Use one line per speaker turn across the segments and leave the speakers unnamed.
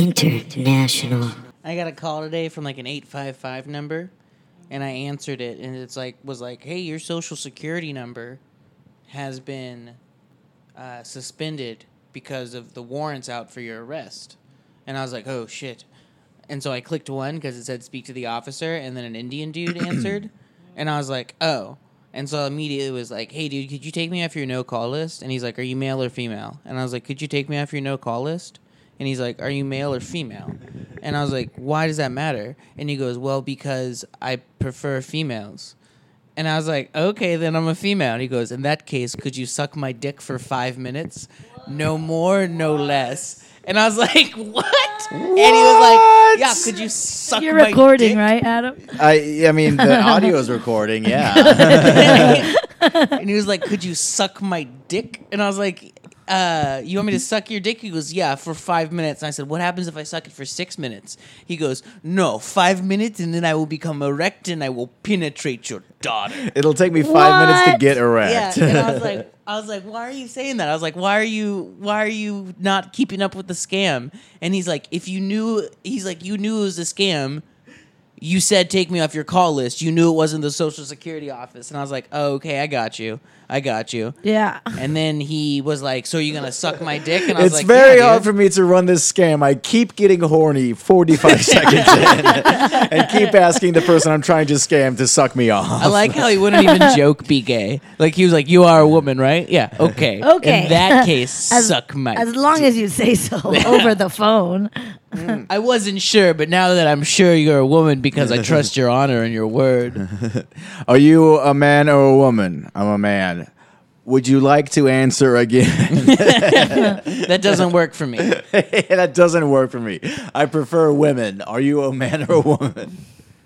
International.
I got a call today from like an 855 number and I answered it and it's like was like, "Hey, your social security number has been uh, suspended because of the warrants out for your arrest." And I was like, "Oh shit." And so I clicked one cuz it said speak to the officer and then an Indian dude answered and I was like, "Oh." And so immediately it was like, "Hey dude, could you take me off your no-call list?" And he's like, "Are you male or female?" And I was like, "Could you take me off your no-call list?" And he's like, Are you male or female? And I was like, Why does that matter? And he goes, Well, because I prefer females. And I was like, Okay, then I'm a female. And he goes, In that case, could you suck my dick for five minutes? No more, no less. And I was like, What? And he was like, Yeah, could you suck
You're
my
recording,
dick?
right, Adam?
I I mean the audio is recording. Yeah.
and he was like, "Could you suck my dick?" And I was like, uh, "You want me to suck your dick?" He goes, "Yeah, for five minutes." And I said, "What happens if I suck it for six minutes?" He goes, "No, five minutes, and then I will become erect and I will penetrate your daughter."
It'll take me five minutes to
What?
get
Yeah,
erect.
and I was like, I was like, "Why are you saying that?" I was like, "Why are you? Why are you not keeping up with the scam?" And he's like, "If you knew," he's like, "You knew it was a scam." you said take me off your call list. You knew it wasn't the Social Security office. And I was like, oh, okay, I got you. I got you.
Yeah.
And then he was like, so you're going to suck my dick? And I was
it's
like,
very
yeah,
hard
dude.
for me to run this scam. I keep getting horny 45 seconds in and keep asking the person I'm trying to scam to suck me off.
I like how he wouldn't even joke be gay. Like he was like, you are a woman, right? Yeah, okay.
Okay.
In that case, suck my
As long as you say so over the phone.
I wasn't sure, but now that I'm sure you're a woman because I trust your honor and your word.
Are you a man or a woman? I'm a man. Would you like to answer again?
That doesn't work for me.
that doesn't work for me. I prefer women. Are you a man or a woman?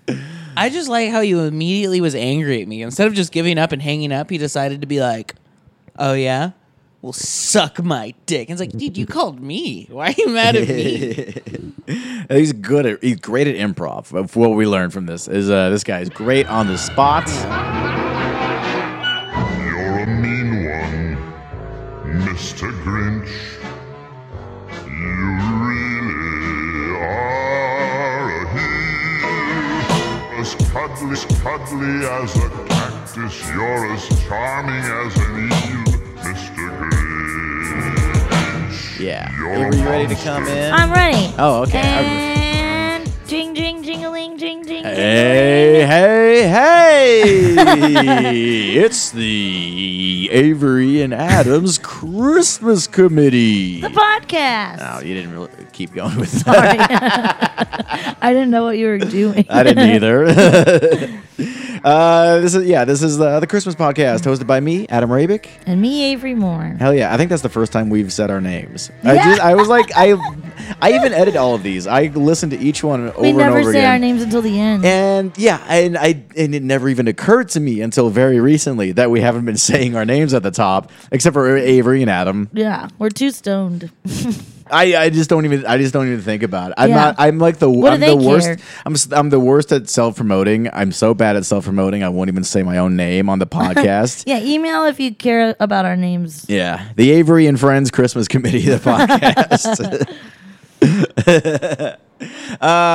I just like how you immediately was angry at me. Instead of just giving up and hanging up, he decided to be like, "Oh yeah, well suck my dick." And it's like, dude, you called me. Why are you mad at me?
He's good at he's great at improv. Of What we learned from this is uh, this guy is great on the spot.
You're a mean one, Mr. Grinch. You really are a heel. As cuddly, as cuddly as a cactus, you're as charming as an eel, Mr. Grinch.
Yeah.
You're
Were
a
you ready to
monster.
come in?
I'm ready.
oh, okay. I-
And jing, jing, jingling, jing, jing.
Hey, hey, hey! it's the Avery and Adams Christmas Committee.
The podcast.
No, you didn't really keep going with that.
Sorry. I didn't know what you were doing.
I didn't either. uh, this is yeah, this is the, the Christmas podcast hosted by me, Adam Rabick.
and me, Avery Moore.
Hell yeah, I think that's the first time we've said our names. I
Yeah.
just I was like I I even edit all of these. I listen to each one over
We
and
never
over
say
again.
our names until the end.
And yeah, and I and it never even occurred to me until very recently that we haven't been saying our names at the top, except for Avery and Adam.
yeah, we're too stoned.
I, I just don't even I just don't even think about it. I'm
Yeah.
not I'm like the
What do
I'm
they
the worst
care?
I'm s- I'm the worst at self promoting. I'm so bad at self promoting. I won't even say my own name on the podcast.
Yeah, email if you care about our names.
yeah, the Avery and Friends Christmas Committee the podcast. uh,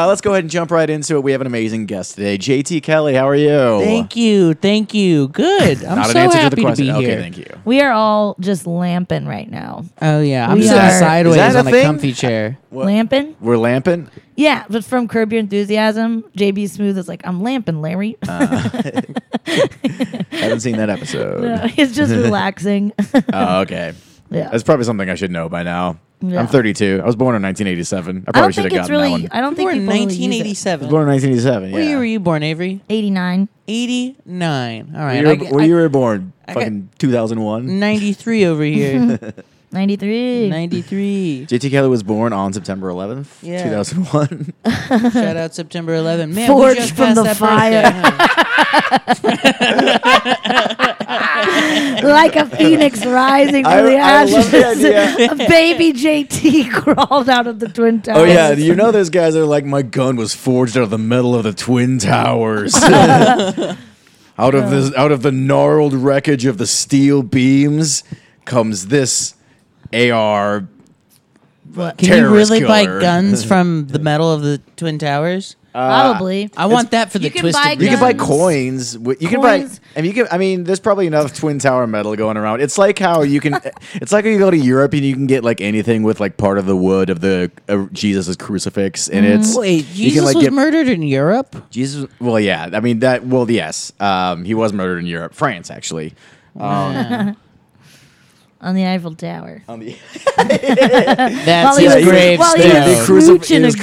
let's go ahead and jump right into it. We have an amazing guest today, JT Kelly. How are you?
Thank you, thank you. Good. I'm
Not
so
an answer
happy
to the question.
be
okay,
here.
thank you.
We are all just lamping right now.
Oh yeah, I'm
We
sitting
are-
sideways
Is that
on
a
a
thing?
comfy chair.
What?
Lamping?
We're lamping.
Yeah, but from Curb Your Enthusiasm, JB Smooth is like, I'm lamping, Larry.
Uh, I haven't seen that episode.
No, It's just relaxing.
Oh, okay.
yeah.
That's probably something I should know by now.
Yeah.
I'm 32. I was born in 1987. I
I
probably
don't
should have
think it's
gotten that
really,
one.
I don't
You
think
were in
people really use it.
1987.
I was born in 1987. Yeah.
What year were you born, Avery?
89.
89. All right,
You were-
I get-
what
I-
year were you born?
I got-
Fucking 2001.
93 over here.
93.
93.
JT Kelly was born on September 11th,
Yeah.
2001.
Shout out September 11. Man,
Forged
we just
from the
passed that
fire.
birthday, huh?
like a phoenix rising from
I-
the
I
ashes.
love the idea.
a baby JT crawled out of the Twin Towers.
oh yeah, you know those guys that are like, my gun was forged out of the metal of the twin towers. out of this, out of the gnarled wreckage of the steel beams comes this AR
But
Can you
Terrorist
really buy
killer.
guns from the metal of the Twin Towers?
uh,
probably.
I want that for the
you can
twisted.
buy
You
metal.
can buy
Guns.
coins. wi- You can buy.
Coins.
I mean, you can, I mean, there's probably enough twin tower metal going around. It's like how you can. it's like when you go to Europe and you can get like anything with like part of the wood of the uh, Jesus's crucifix, and it's
Wait, Jesus
you can like
was
get
murdered in Europe.
Jesus. Well, yeah. I mean that. Well, yes. Um, he was murdered in Europe, France, actually.
on the Eiffel Tower.
On the
That's
he
his
was- while he
gravestone.
They
was
crucif- he
smooching
was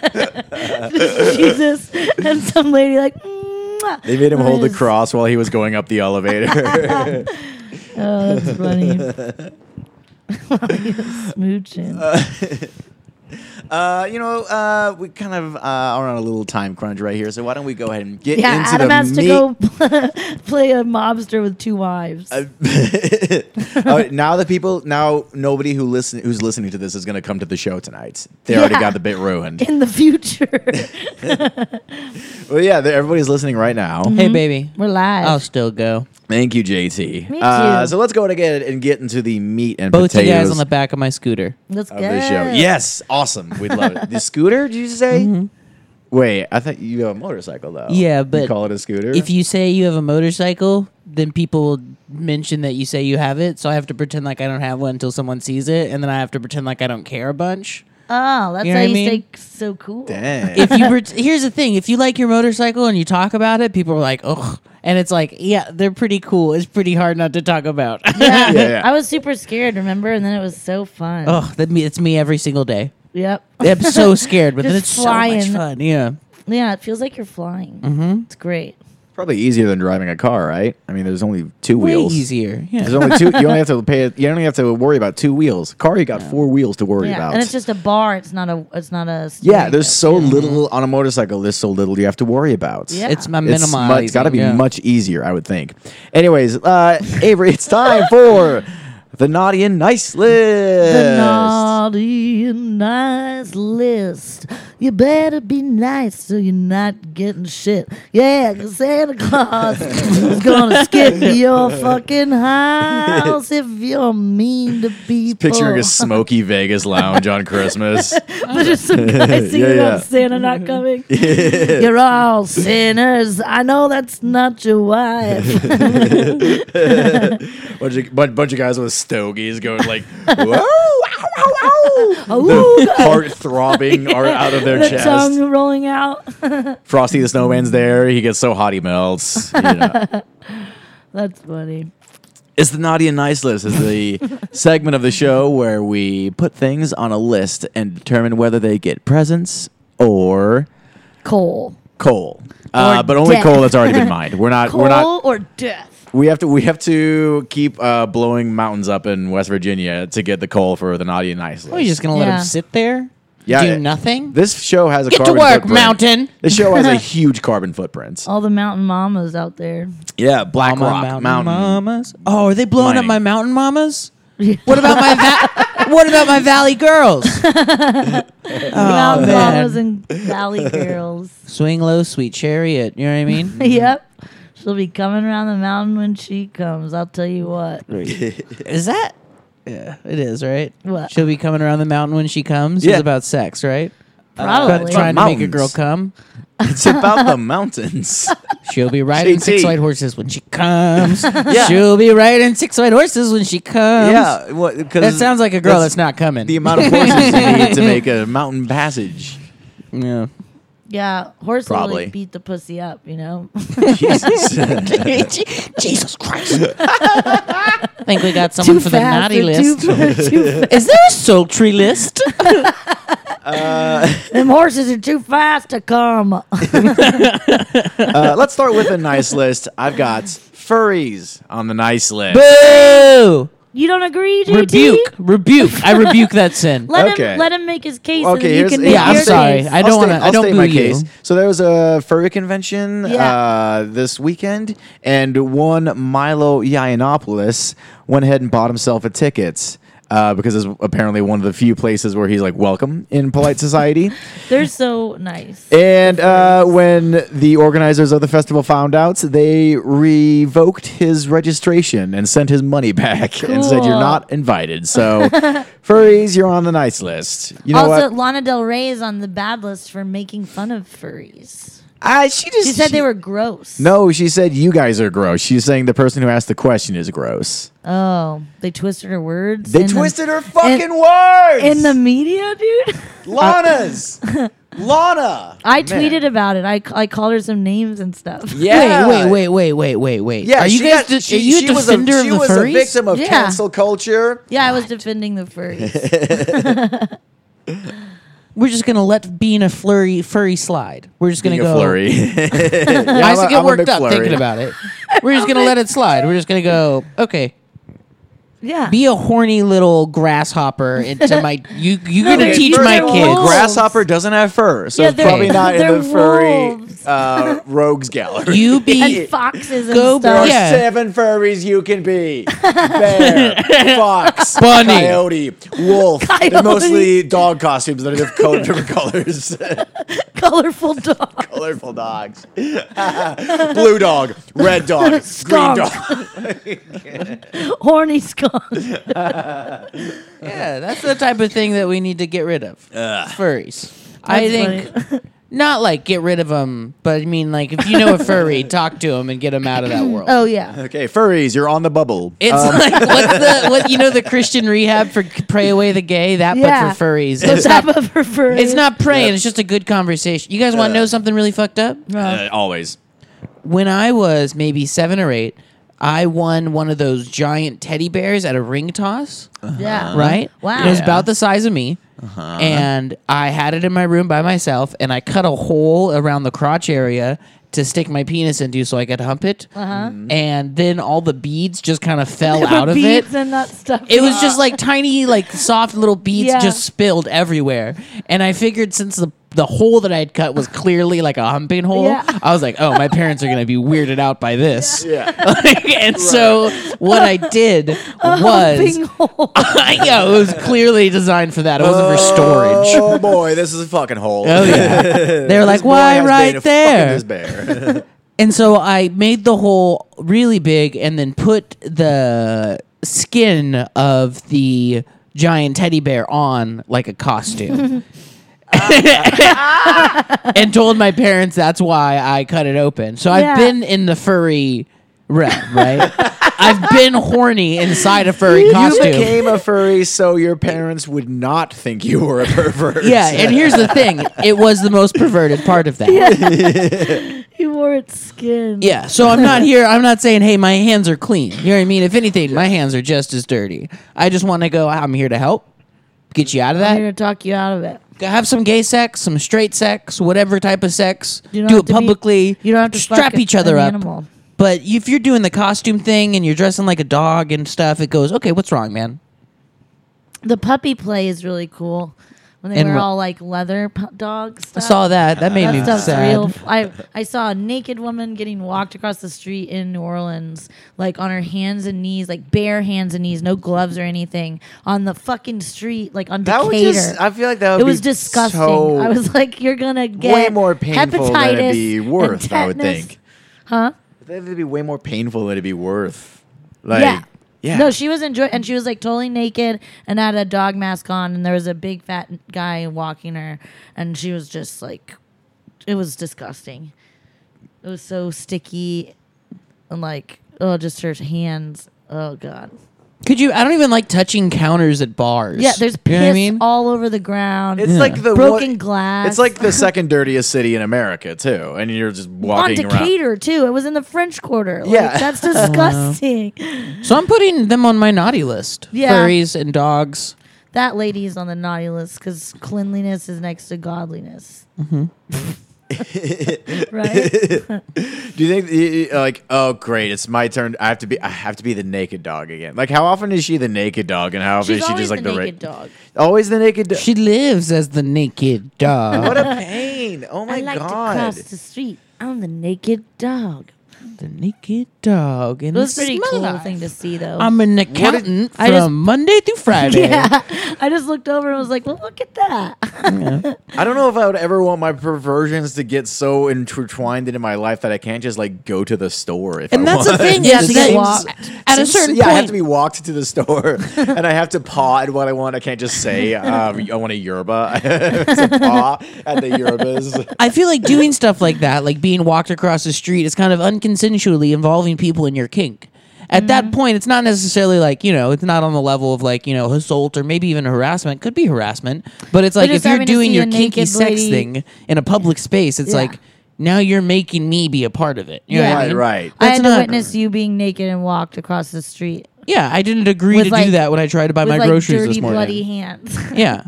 a girl. Jesus. And some lady like, "Mwah."
Uh, they made him hold the
Yes.
cross while he was going up the elevator.
Oh, that's funny. While he was smooching.
Uh, you know, uh, we kind of uh, are on a little time crunch right here, so why don't we go ahead and get
yeah,
into
Adam
the
has
meat.
to go play a mobster with two wives.
Uh, now the people, now nobody who listen who's listening to this is going to come to the show tonight. They already
Yeah.
got the bit ruined.
in the future,
well, yeah, they- everybody's listening right now.
Hey, baby,
we're live.
I'll still go.
Thank you, JT.
Me
Uh,
too.
so let's go ahead and get and get into the meat and
Both
potatoes
you guys on the back of my scooter.
Let's
of
go.
the show. Yes, awesome. We'd love it. The scooter? Did you say? Wait, I thought you have a motorcycle though.
Mm-hmm. Yeah,
You
but
call it a scooter.
If you say you have a motorcycle, then people will mention that you say you have it. So I have to pretend like I don't have one until someone sees it, and then I have to pretend like I don't care a bunch.
Oh, that's
You know what I
how you
mean?
stay so cool.
Dang.
If you pret here's the thing, if you like your motorcycle and you talk about it, people are like, "Ugh," and it's like, yeah, they're pretty cool. It's pretty hard not to talk about.
Yeah.
Yeah, yeah.
I was super scared, remember? And then it was so fun.
Ugh, that me, it's me every single day.
Yep.
I'm so scared, but then
Just
it's so
flying.
much fun. Yeah,
Yeah, it feels like you're flying. Mm-hmm. It's great.
Probably easier than driving a car, right? I mean, there's only two
way
wheels.
easier. Yeah.
There's only two. You only have to pay. You only have to worry about two wheels. Car, you got four wheels to worry
Yeah,
about.
and it's just a bar. It's not a. It's not a.
yeah,
steering
there's
wheel.
so little on a motorcycle. There's so little you have to worry about.
Yeah.
It's my
It's
minimum.
much, got to be much easier, I would think. Anyways, uh, Avery, it's time for the naughty and nice list.
The naughty and nice list. You better be nice so you're not getting shit. Yeah, 'cause Santa Claus is gonna skip your fucking house if you're mean to people.
Picturing a smoky Vegas lounge on Christmas.
But there's some guy singing
Yeah, yeah.
about Santa
Mm-hmm.
not coming. You're all sinners. I know that's not your wife.
bunch of bunch, bunch of guys with stogies going like, whoa, wow, wow, wow.
Ooh,
Heart throbbing are out of their
Oh, the
chest.
tongue rolling out.
Frosty the Snowman's there. He gets so hot he melts. You know.
That's funny.
It's the naughty and nice list. It's the segment of the show where we put things on a list and determine whether they get presents or
Coal.
coal. Uh,
Or
but only
death.
coal that's already been mined. We're not.
Coal
We're not.
or death.
We have to. We have to keep uh, blowing mountains up in West Virginia to get the coal for the naughty and nice list.
Are you just gonna let
Yeah.
him sit there?
Yeah,
do
it-
nothing.
this show has a
Get to
carbon
work,
footprint.
mountain. Oh.
This show has a huge carbon footprint.
All the mountain mamas out there.
Yeah, Black
my
Rock
mountain,
Mountain.
mamas. Oh, are they blowing up
Mining.
my mountain mamas?
Yeah.
What about my va- What about my valley girls?
Oh,
mountain
man.
mamas and valley girls.
Swing low, sweet chariot. You know what I mean?
yep. She'll be coming around the mountain when she comes. I'll tell you what.
Uh,
Is that? Yeah, it is, right?
What?
She'll be coming around the mountain when she comes.
Yeah.
It's about sex, right? About
Probably.
trying to make a
Mountains.
girl come.
It's about the mountains.
She'll be riding
JT.
six white horses when she comes. She'll be riding six white horses when she comes.
yeah, what, cause
That sounds like a girl that's, not coming.
the amount of horses you need to make a mountain passage.
yeah.
yeah, horse will
Probably.
like, beat the pussy up, you know?
Jesus.
Jesus Christ. I think we got someone
too
for the
fast.
naughty
they're too-
list.
too fa-
Is there a sultry list?
Them horses are too fast to come.
uh, let's start with a nice list. I've got furries on the nice list.
Boo!
You don't agree, JT?
Rebuke. Rebuke. I rebuke that sin.
Let
Okay.
him let him make his case.
Okay,
and you
here's-
can
yeah,
make
yeah, I'm
your
sorry.
Case.
I don't
I'll
want
state-
to. I
I'll
don't
state
boo
my
you.
case. So there was a furry convention
Yeah.
uh, this weekend, and one Milo Yiannopoulos went ahead and bought himself a ticket. uh, because it's apparently one of the few places where he's like welcome in polite society.
They're so nice.
And uh, when the organizers of the festival found out, they revoked his registration and sent his money back and said, You're
Cool.
not invited. So, furries, you're on the nice list. You know
also,
what?
Lana Del Rey is on the bad list for making fun of furries.
I, she just
She said they were gross.
No, she said, You guys are gross. She's saying the person who asked the question is gross.
Oh, they twisted her words.
They
in the-
twisted her fucking
in-
words.
in the media,
uh,
dude.
Lana's. Lana.
I
Man.
tweeted about it. I, I called her some names and stuff.
Yeah.
Wait, wait, wait, wait, wait, wait, wait.
Yeah,
are you
she
guys?
got-
de-
she,
are you
she
a defender
was a,
of
she
the
was
furries?
a victim of
Yeah.
cancel culture.
Yeah, I was defending the furries.
We're just gonna let being a flurry furry slide. We're just gonna
Being a
go.
flurry. Yeah,
I used
I'm a-
to get
I'm a
worked up
McFlurry.
thinking about it. We're just gonna let it slide. We're just gonna go. Okay,
yeah.
be a horny little grasshopper into my. You you
No,
gonna
they're-
teach my
they're
kids?
wolves.
Grasshopper doesn't have fur, so
Yeah,
it's
they're-
probably not in
they're
the furry
wolves.
uh, rogues gallery.
You be
and foxes and
Go
there are
stuff.
yeah.
seven furries you can be: bear, fox,
Bunny.
coyote, wolf. They're
Coyote.
mostly dog costumes that are just colored different colors,
Colorful dog.
colorful dogs. Blue dog, red dog, green
Skunk.
dog.
Horny skunk.
yeah. That's the type of thing that we need to get rid of. Furries. I think not like get rid of them, but I mean like if you know a furry, talk to him and get him out of that world.
Oh, yeah.
Okay, furries, you're on the bubble.
It's like what's the what you know the Christian rehab for pray away the gay that
Yeah.
but for furries.
The
It's not,
type of her furry.
it's not praying. It's just a good conversation. You guys want to know something really fucked up?
Uh, always.
When I was maybe seven or eight, I won one of those giant teddy bears at a ring toss.
Yeah.
Right?
Uh-huh. Wow. Uh-huh.
It was about the size of me. And I had it in my room by myself, and I cut a hole around the crotch area to stick my penis into so I could hump it.
Uh-huh.
And then all the beads just kind of fell
There were
out of it.
beads and that stuff.
It was just like tiny, like soft little beads
Yeah.
just spilled everywhere. And I figured since the the hole that I had cut was clearly like a humping hole,
Yeah.
I was like, oh, my parents are gonna be weirded out by this.
Yeah.
Like, and so what I did was,
Humping hole.
yeah, it was clearly designed for that. It wasn't for storage.
Oh boy, this is a fucking hole.
Oh yeah, they were like,
This boy
why
has been
right
fucking
there?
This bear.
And so I made the hole really big and then put the skin of the giant teddy bear on like a costume. and told my parents that's why I cut it open. So
Yeah.
I've been in the furry realm, right? I've been horny inside a furry
you
costume.
became a furry so your parents would not think you were a pervert.
yeah, and here's the thing. It was the most perverted part of that.
He wore its skin.
Yeah, so I'm not here. I'm not saying, hey, my hands are clean. You know what I mean? If anything, my hands are just as dirty. I just want to go. I'm here to help, get you out of
I'm
that.
here to talk you out of it.
Have some gay sex, some straight sex, whatever type of sex.
You don't
Do
have
it
to be-
publicly.
You don't have to fuck
strap each other
an
up.
Animal.
But if you're doing the costume thing and you're dressing like a dog and stuff, it goes, okay, what's wrong, man?
The puppy play is really cool. When they
And
were
what-
all like leather pu- dog
I
stuff.
saw that. That made
That
me
stuff's
sad.
real. I I saw a naked woman getting walked across the street in New Orleans, like on her hands and knees, like bare hands and knees, no gloves or anything, on the fucking street, like on
That would
Decatur.
just, I feel like that would
it was
be
disgusting.
so-
I was like, you're gonna get
way more painful
hepatitis
than it'd be
and
worth, I would
tetanus.
think.
Huh?
That would be way more painful than it'd be worth. Like,
yeah.
yeah.
No, she was enjoying, and she was like totally naked and had a dog mask on, and there was a big fat guy walking her, and she was just like, it was disgusting. It was so sticky, and like, oh, just her hands. Oh god.
Could you? I don't even like touching counters at bars.
Yeah, there's
You
piss
know what I mean?
all over the ground.
It's like the
broken
one-
glass.
It's like the second dirtiest city in America, too. And you're just
on
walking around.
Decatur too. It was in the French Quarter. Like,
Yeah.
that's disgusting.
So I'm putting them on my naughty list.
Yeah.
Furries and dogs.
that lady is on the naughty list because cleanliness is next to godliness.
Mm-hmm.
right?
Do you think, you- you- like, oh, great, it's my turn. I have to be, I have to be the naked dog again. Like, how often is she the naked dog, and how often
She's
is she
always
just like
the
the, ra-
naked dog.
Always the naked dog.
She lives as the naked dog.
What a pain! Oh my
I like to
god.
cross the street. I'm the naked dog.
The naked dog and
It was
the
a pretty
small
cool
life.
thing to see, though.
I'm an accountant
I
from
just-
Monday through Friday.
Yeah, I just looked over and was like, well, look at that.
I don't know if I would ever want my perversions to get so intertwined into my life that I can't just like go to the store. If
And
I
that's the
want.
thing
You have
is
to
that
get walked.
at a
Since-
certain
yeah, I have
point,
to be walked to the store, and I have to paw at what I want. I can't just say uh, I want a yerba. it's a paw at the yerbas.
I feel like doing stuff like that, like being walked across the street, is kind of unconsensually involving people in your kink. At
Mm-hmm.
that point, it's not necessarily like you know, it's not on the level of like you know assault or maybe even harassment. Could be harassment, but it's like
just
if you're
having to
doing
see
your
a
kinky
naked
sex
lady-
thing in a public space, it's
Yeah.
like now you're making me be a part of it. You know what I
Right,
mean?
right.
I
That's
had to
not-
witness you being naked and walked across the street
Yeah, I didn't agree
With,
to
like-
do that when I tried to buy
with
my
like
groceries
dirty,
this morning.
bloody hands.
Yeah.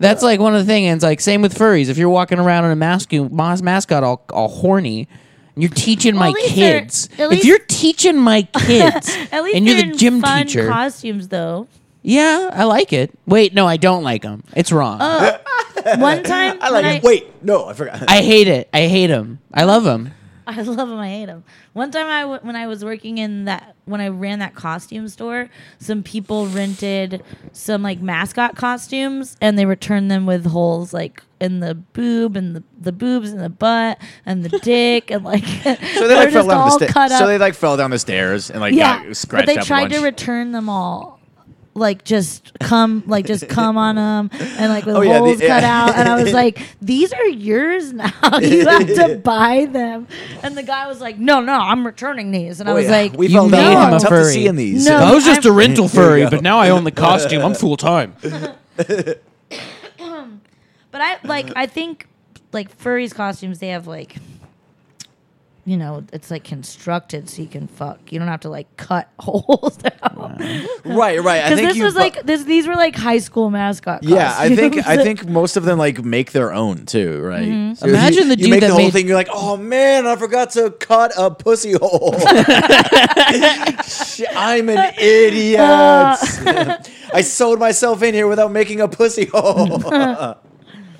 That's like one of the things. And it's like same with furries. If you're walking around in a mask, mas- mascot all, all horny, and you're teaching
Well,
my
at least they're-
kids.
at
If
least-
you're teaching my kids,
At least
and you're
they're
the
in
gym
fun
teacher,
costumes, though.
yeah, I like it. Wait, no, I don't like them. It's wrong.
Oh. One time,
I like.
when
it. Wait, no, I forgot.
I hate it. I hate them. I love them.
I love him. I hate him. One time, I w- when I was working in that when I ran that costume store, some people rented some like mascot costumes, and they returned them with holes like in the boob and the, the boobs and the butt and the dick and like
so they like
just
fell down
all
the
cut
stairs.
up.
So they like fell down the stairs and like
yeah,
got
but
scratched
they
up a
tried to
bunch.
return them all. Like just come, like just come on them, and like with
Oh, yeah, the-
holes cut
yeah.
out. And I was like, "These are yours now. you have to buy them." And the guy was like, "No, no, I'm returning these." And I
Oh,
was
yeah.
like,
we
you
fell
made
down.
him
I'm
a
tough to
furry.
see in these.
No.
I was just a
I'm-
rental furry,
go.
but now I own the costume. I'm full time.
But I like I think like furries costumes they have like you know, it's like constructed so you can fuck. You don't have to like cut holes out.
right, right. I
Because
think
this
you
was
fu-
like this these were like high school mascot
Yeah, I think
costumes.
I think most of them like make their own too, right?
Mm-hmm.
So if
Imagine
you,
the
you
dude
make
that
the whole
made-
thing. You're like, oh man, I forgot to cut a pussy hole. Shit, I'm an idiot.
Uh.
I sold myself in here without making a pussy hole.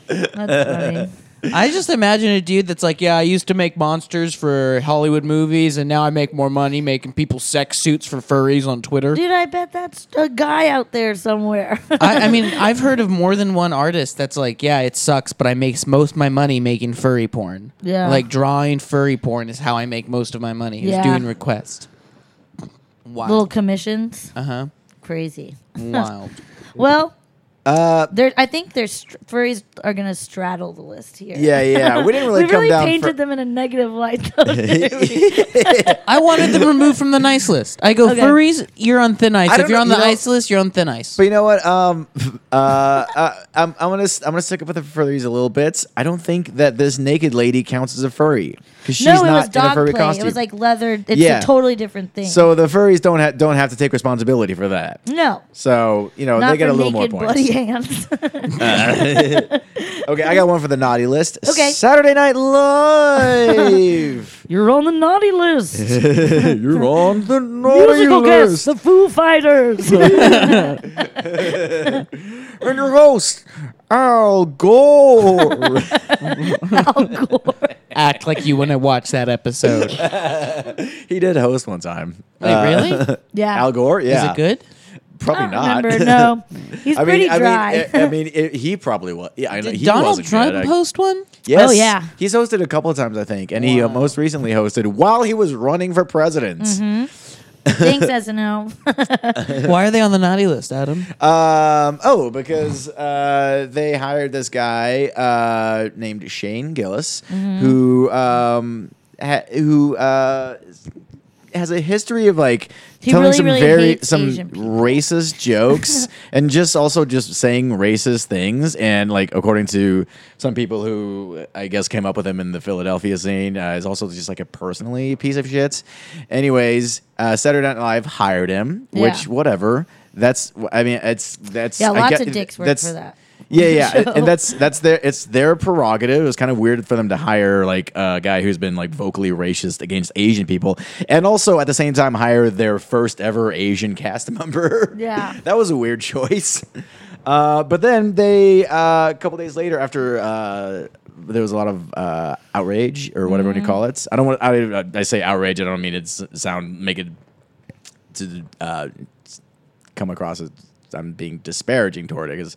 That's funny.
I just imagine a dude that's like, yeah, I used to make monsters for Hollywood movies, and now I make more money making people sex suits for furries on Twitter.
Dude, I bet that's a guy out there somewhere.
Uh,
I, I mean, I've heard of more than one artist that's like, yeah, it sucks, but I make most of my money making furry porn.
Yeah.
Like drawing furry porn is how I make most of my money. Is
Yeah.
doing requests. Wild.
Little commissions.
uh
Uh-huh.
huh.
Crazy.
Wild.
Well,
Uh,
there I think there's str- furries are gonna straddle the list here.
yeah, yeah. We didn't really
we
come
really
down.
painted
for-
them in a negative light though. didn't we?
I wanted them removed from the nice list. I go
Okay.
furries, you're on thin ice.
I
If
don't
you're on
know-
the
you know-
ice list, you're on thin ice.
But you know what? Um, uh, I, I'm, I'm gonna I'm gonna stick up with the furries a little bit. I don't think that this naked lady counts as a furry because she's
no, it
not
was
in a
dog
furry
play.
costume.
It was like leather. It's
Yeah.
a totally different thing.
so the furries don't ha- don't have to take responsibility for that.
no,
So you know
not
they get
for
a little more
naked
points.
bloody hands.
Okay, I got one for the naughty list.
Okay.
Saturday Night Live.
You're on the naughty list.
You're on the naughty
Musical guest,
list,
the Foo Fighters.
and your host Al Gore.
Act like you want to watch that episode. Wait,
he did host one time. Uh,
really?
yeah,
Al Gore? Yeah.
Is it good?
Probably
I
not.
don't remember. No, he's
I mean, eh,
pretty
I mean,
dry.
I- I mean, it, he probably was. Yeah, I know.
Did
he
Donald
wasn't
Trump
good. I-
post one?
Yes.
Oh, yeah.
He's hosted a couple of times, I think, and he uh,
Wow.
most recently hosted while he was running for president.
Mm-hmm. Thanks, SNL.
Why are they on the naughty list, Adam?
Um, oh, because uh, they hired this guy uh, named Shane Gillis,
Mm-hmm.
who um, ha- who uh, has a history of like
He
telling
really,
some
really
very
hates
some
Asian people.
racist jokes and just also just saying racist things. And like according to some people who I guess came up with him in the Philadelphia scene, uh, is also just like a personally piece of shit. Anyways, uh, Saturday Night Live hired him,
Yeah.
which whatever. That's I mean it's that's
yeah,
I
lots
get-
of dicks work
that's-
for that.
Yeah, yeah,
show.
and that's that's their it's their prerogative. It was kind of weird for them to hire like a guy who's been like vocally racist against Asian people, and also at the same time hire their first ever Asian cast member.
Yeah.
that was a weird choice. Uh, but then they uh, a couple days later after. Uh, there was a lot of uh, outrage or whatever you call it. I don't want I, I say outrage. I don't mean it s- sound make it to uh, s- come across as I'm being disparaging toward it because.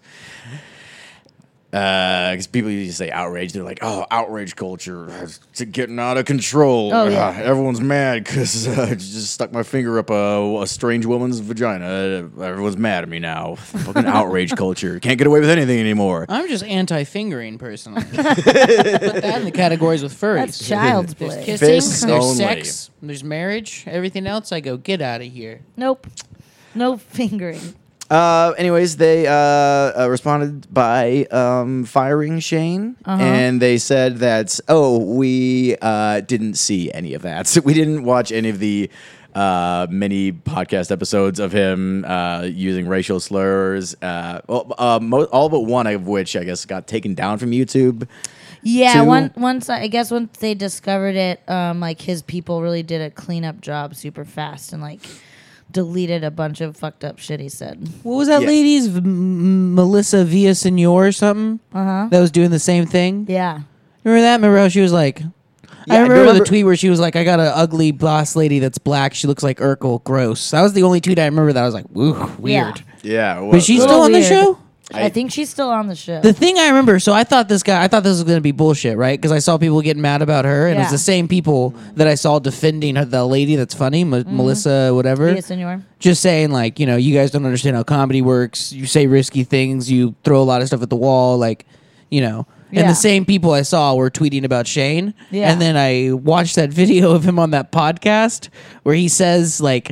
Because people usually say outrage, they're like, "Oh, outrage culture, it's getting out of control.
Oh, yeah.
Ah, everyone's mad because uh, I just stuck my finger up a, a strange woman's vagina. Everyone's mad at me now. Fucking outrage culture. Can't get away with anything anymore.
I'm just anti fingering personally. Put that in the categories with furries.
That's child's
there's
play.
kissing,
Fists
there's
only.
sex, there's marriage, everything else. I go, get out of here.
Nope. No fingering.
Uh, anyways, they uh, uh, responded by um, firing Shane, and they said that, "Oh, we uh, didn't see any of that. So we didn't watch any of the uh, many podcast episodes of him uh, using racial slurs. Uh, well, uh, mo- all but one of which, I guess, got taken down from YouTube.
Yeah,
Two-
one, once I I guess once they discovered it, um, like his people really did a cleanup job super fast and like deleted a bunch of fucked up shit he said.
What was that
Yeah.
lady's v- M- Melissa Villasenor or something? Uh-huh. That was doing the same thing.
Yeah.
Remember that? Remember how she was like.
Yeah, I
I remember,
remember-
the tweet where she was like, "I got an ugly boss lady that's black. She looks like Urkel. Gross." That was the only tweet I remember. That I was like, "Woo, weird."
Yeah, Uh, well,
But she's
Little
still on the
weird.
show.
I, think she's still on the show.
The thing I remember, so I thought this guy, I thought this was gonna be bullshit, right? Because I saw people getting mad about her, and it's
Yeah.
the same people that I saw defending her, the lady that's funny, M-
Mm-hmm.
Melissa, whatever.
yes, senor.
Just saying, like, you know, you guys don't understand how comedy works. You say risky things, you throw a lot of stuff at the wall, like, you know. And
Yeah.
the same people I saw were tweeting about Shane.
Yeah.
And then I watched that video of him on that podcast where he says, like,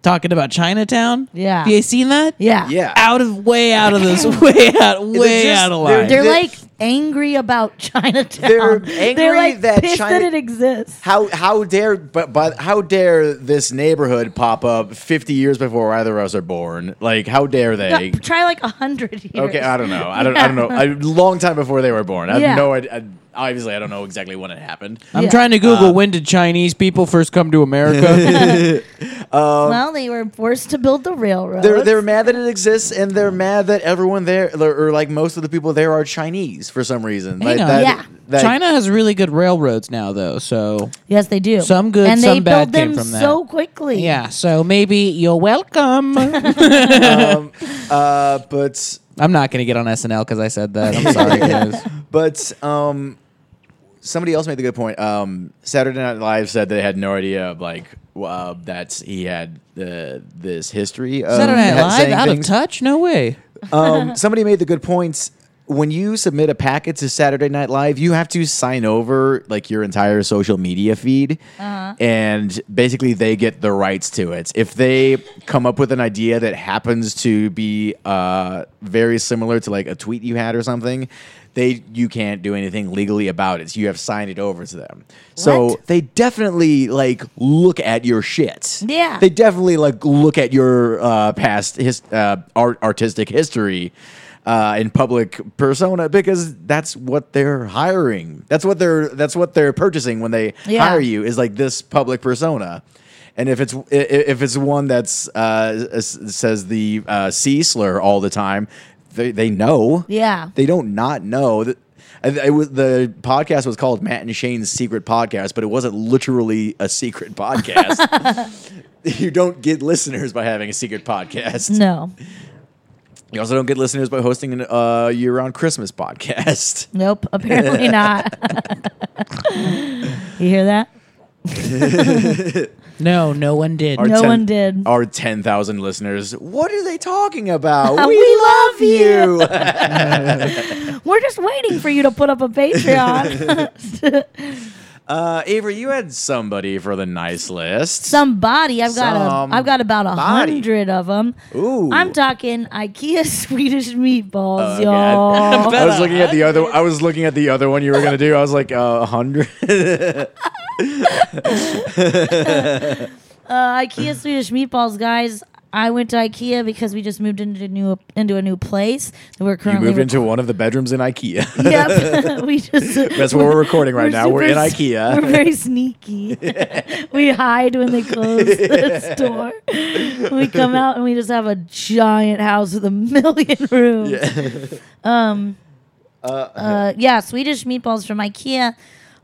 talking about Chinatown.
Yeah.
Have you seen that?
Yeah.
yeah.
Out of way out of this, way out, way
just-
out of
they're
line.
They're
They-
like angry about Chinatown.
They're angry
like
that
pissed
China-
that it exists.
How how dare but but how dare this neighborhood pop up fifty years before either of us are born? Like how dare they?
No, try like a hundred years.
Okay, I don't know. I don't I don't know. A long time before they were born. I have
Yeah.
no idea. Obviously, I don't know exactly when it happened.
I'm
Yeah.
trying to
Um,
Google when did Chinese people first come to America.
well, they were forced to build the railroad.
Um, They're they're mad that it exists, and they're mad that everyone there, or or, like most of the people there, are Chinese for some reason.
Hang
like,
on.
that-
Yeah.
that-
China has really good railroads now, though. So
yes, they do.
Some good,
and they
some bad
build them
came from that.
so quickly.
yeah, so maybe you're welcome. I'm
Um, uh, but
not gonna get on SNL because I said that. I'm sorry, guys.
But um, somebody else made the good point. Um, Saturday Night Live said they had no idea of like w- uh, that he had uh, this history. Of
Saturday Night
ha-
Live
saying
out
things.
of touch? No way.
Um, somebody made the good points. When you submit a packet to Saturday Night Live, you have to sign over like your entire social media feed,
Uh-huh.
and basically they get the rights to it. If they come up with an idea that happens to be uh, very similar to like a tweet you had or something, they you can't do anything legally about it. So you have signed it over to them. So
What?
they definitely like look at your shit.
Yeah.
They definitely like look at your uh, past his uh, art artistic history uh, in public persona because that's what they're hiring. That's what they're that's what they're purchasing when they
Yeah.
hire you is like this public persona. And if it's i- i- if it's one that's uh, s- says the uh, c slur all the time, they they know.
Yeah.
they don't not know that. I- I was- the podcast was called Matt and Shane's Secret Podcast, but it wasn't literally a secret podcast you don't get listeners by having a secret podcast.
No.
You also don't get listeners by hosting an uh, year-round Christmas podcast.
Nope. Apparently not. you hear that?
No, no one did.
No one did.
Our ten thousand listeners. What are they talking about?
We love
you.
We're just waiting for you to put up a Patreon.
uh, Avery, you had somebody for the nice list.
Somebody, I've got
Some
a, I've got about a
body.
hundred of them.
Ooh.
I'm talking IKEA Swedish meatballs,
Okay, I-
y'all.
I was looking at the other. I was looking at the other one you were gonna do. I was like, a hundred.
uh, IKEA Swedish meatballs, guys. I went to IKEA because we just moved into a new into a new place that we're
you
currently.
moved into one of the bedrooms in IKEA.
Yep, we just.
That's where we're recording right now. We're in
super-
IKEA.
We're very sneaky. we hide when they close the store. We come out and we just have a giant house with a million rooms. Um, uh, yeah, Swedish meatballs from IKEA.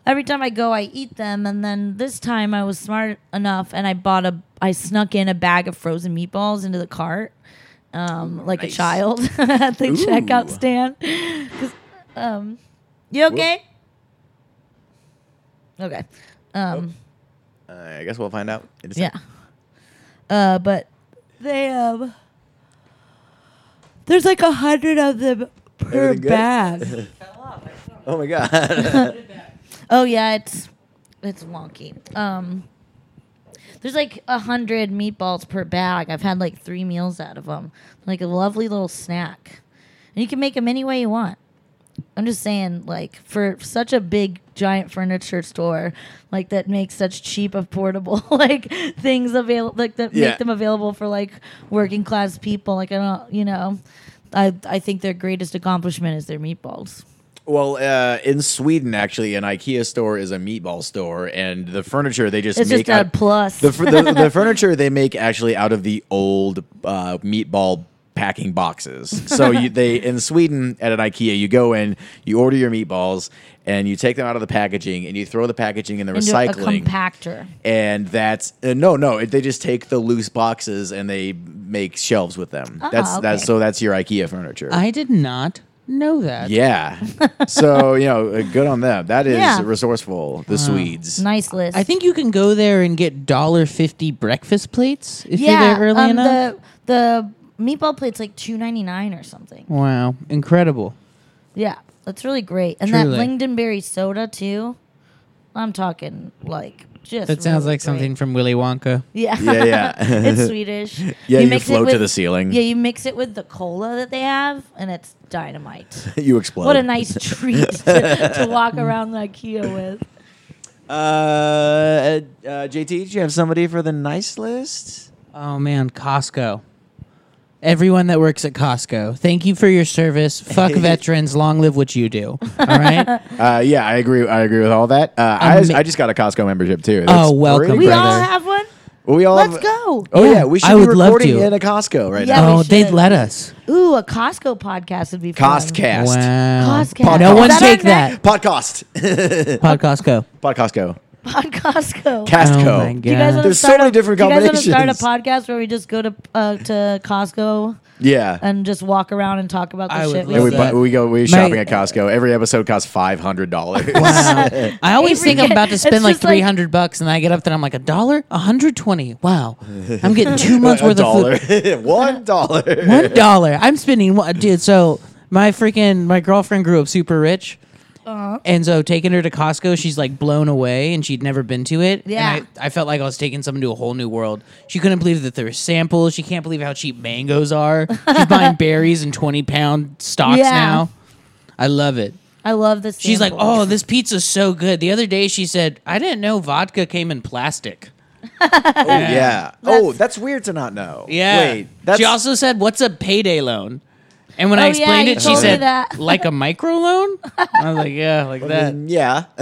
Every time I go, I eat them, and then this time I was smart enough and I bought a, I snuck in a bag of frozen meatballs into the cart, um, like
nice.
a child at the
Ooh.
checkout stand. 'Cause, um, you okay? Okay. Um,
Uh, I guess we'll find out. It is-
yeah. Uh, but they um, there's like a hundred of them per
Everything good?
bag.
Oh my god.
oh yeah, it's it's wonky. Um, there's like a hundred meatballs per bag. I've had like three meals out of them. Like a lovely little snack, and you can make them any way you want. I'm just saying, like for such a big giant furniture store, like that makes such cheap, affordable like things available, like that
Yeah.
make them available for like working class people. Like I don't, you know, I I think their greatest accomplishment is their meatballs.
well, uh, in Sweden, actually, an IKEA store is a meatball store, and the furniture they just
It's
make
just a
out-
plus.
The, fur- the, the furniture they make actually out of the old uh, meatball packing boxes. So you, they in Sweden at an IKEA, you go in, you order your meatballs, and you take them out of the packaging, and you throw the packaging in the
into
recycling.
a compactor.
and that's uh, no, no. It, they just take the loose boxes and they make shelves with them. that's that's
Ah, okay.
so that's your IKEA furniture.
I did not know that.
yeah. so you know, uh, good on them. That is
Yeah.
resourceful. The Swedes.
Nice list.
I think you can go there and get dollar fifty breakfast plates if
yeah,
you're there early
um,
enough.
the the meatball plate's like two ninety nine or something.
Wow, incredible!
Yeah, that's really great. And
Truly.
that Lingdenberry soda too. I'm talking like just.
That sounds
really
like something
great.
from Willy Wonka.
Yeah,
Yeah, yeah.
it's Swedish.
Yeah, you
mix it
float to
with-
the ceiling.
Yeah, you mix it with the cola that they have, and it's dynamite.
you explode.
What a nice treat to, to walk around the IKEA with.
Uh, uh, JT, did you have somebody for the nice list?
Oh man, Costco. Everyone that works at Costco, thank you for your service. Fuck veterans. Long live what you do. All right.
Uh, yeah, I agree. I agree with all that. Uh, I,
Ama-
just, I just got a Costco membership too.
Oh, welcome,
pretty
We
great.
brother.
all have one.
We all.
Let's
have-
go.
Oh yeah,
Yeah,
we should
I
be
would love
recording
to.
in a Costco right
Yeah,
now.
oh,
we
they'd
should.
let us.
Ooh, a Costco podcast would be fun.
Costcast.
Wow.
Costco.
No
Podcast.
one
Is that
take
our
that.
next-
Podcast.
Pod Costco.
Pod Costco.
on Costco.
Costco.
Oh my
Do you guys
god.
wanna
There's so
start
many
a-
different
do You guys want to
combinations.
start a podcast where we just go to uh, to Costco
Yeah.
and just walk around and talk about the
I would
shit we
And we,
love
see?
bu-
that.
we go. We shopping
My-
at Costco. Every episode costs five hundred dollars.
Wow. I always
Avery
think I'm
get-
about to
it's
spend like
just like-
300 bucks and I get up there I'm like a dollar, 120. Wow. I'm getting 2 months worth of food.
One dollar.
One dollar. I'm spending one, dude. So my freaking my girlfriend grew up super rich,
Uh-huh.
and so taking her to Costco, she's like blown away, and she'd never been to it.
Yeah.
and I, I felt like I was taking someone to a whole new world. She couldn't believe that there were samples. She can't believe how cheap mangoes are. She's buying berries in twenty pound stocks
Yeah.
now. I love it.
I love this.
She's like,
sample.
"Oh, this pizza's so good." The other day, she said, "I didn't know vodka came in plastic."
Oh yeah. Oh, that's weird to not know.
Yeah.
Wait. That's
she also said, "What's a payday loan?" And when
Oh,
I
yeah,
explained
you
it, she
told me
said,
that.
"Like a micro loan." I was like, "Yeah, like that."
Mm, yeah.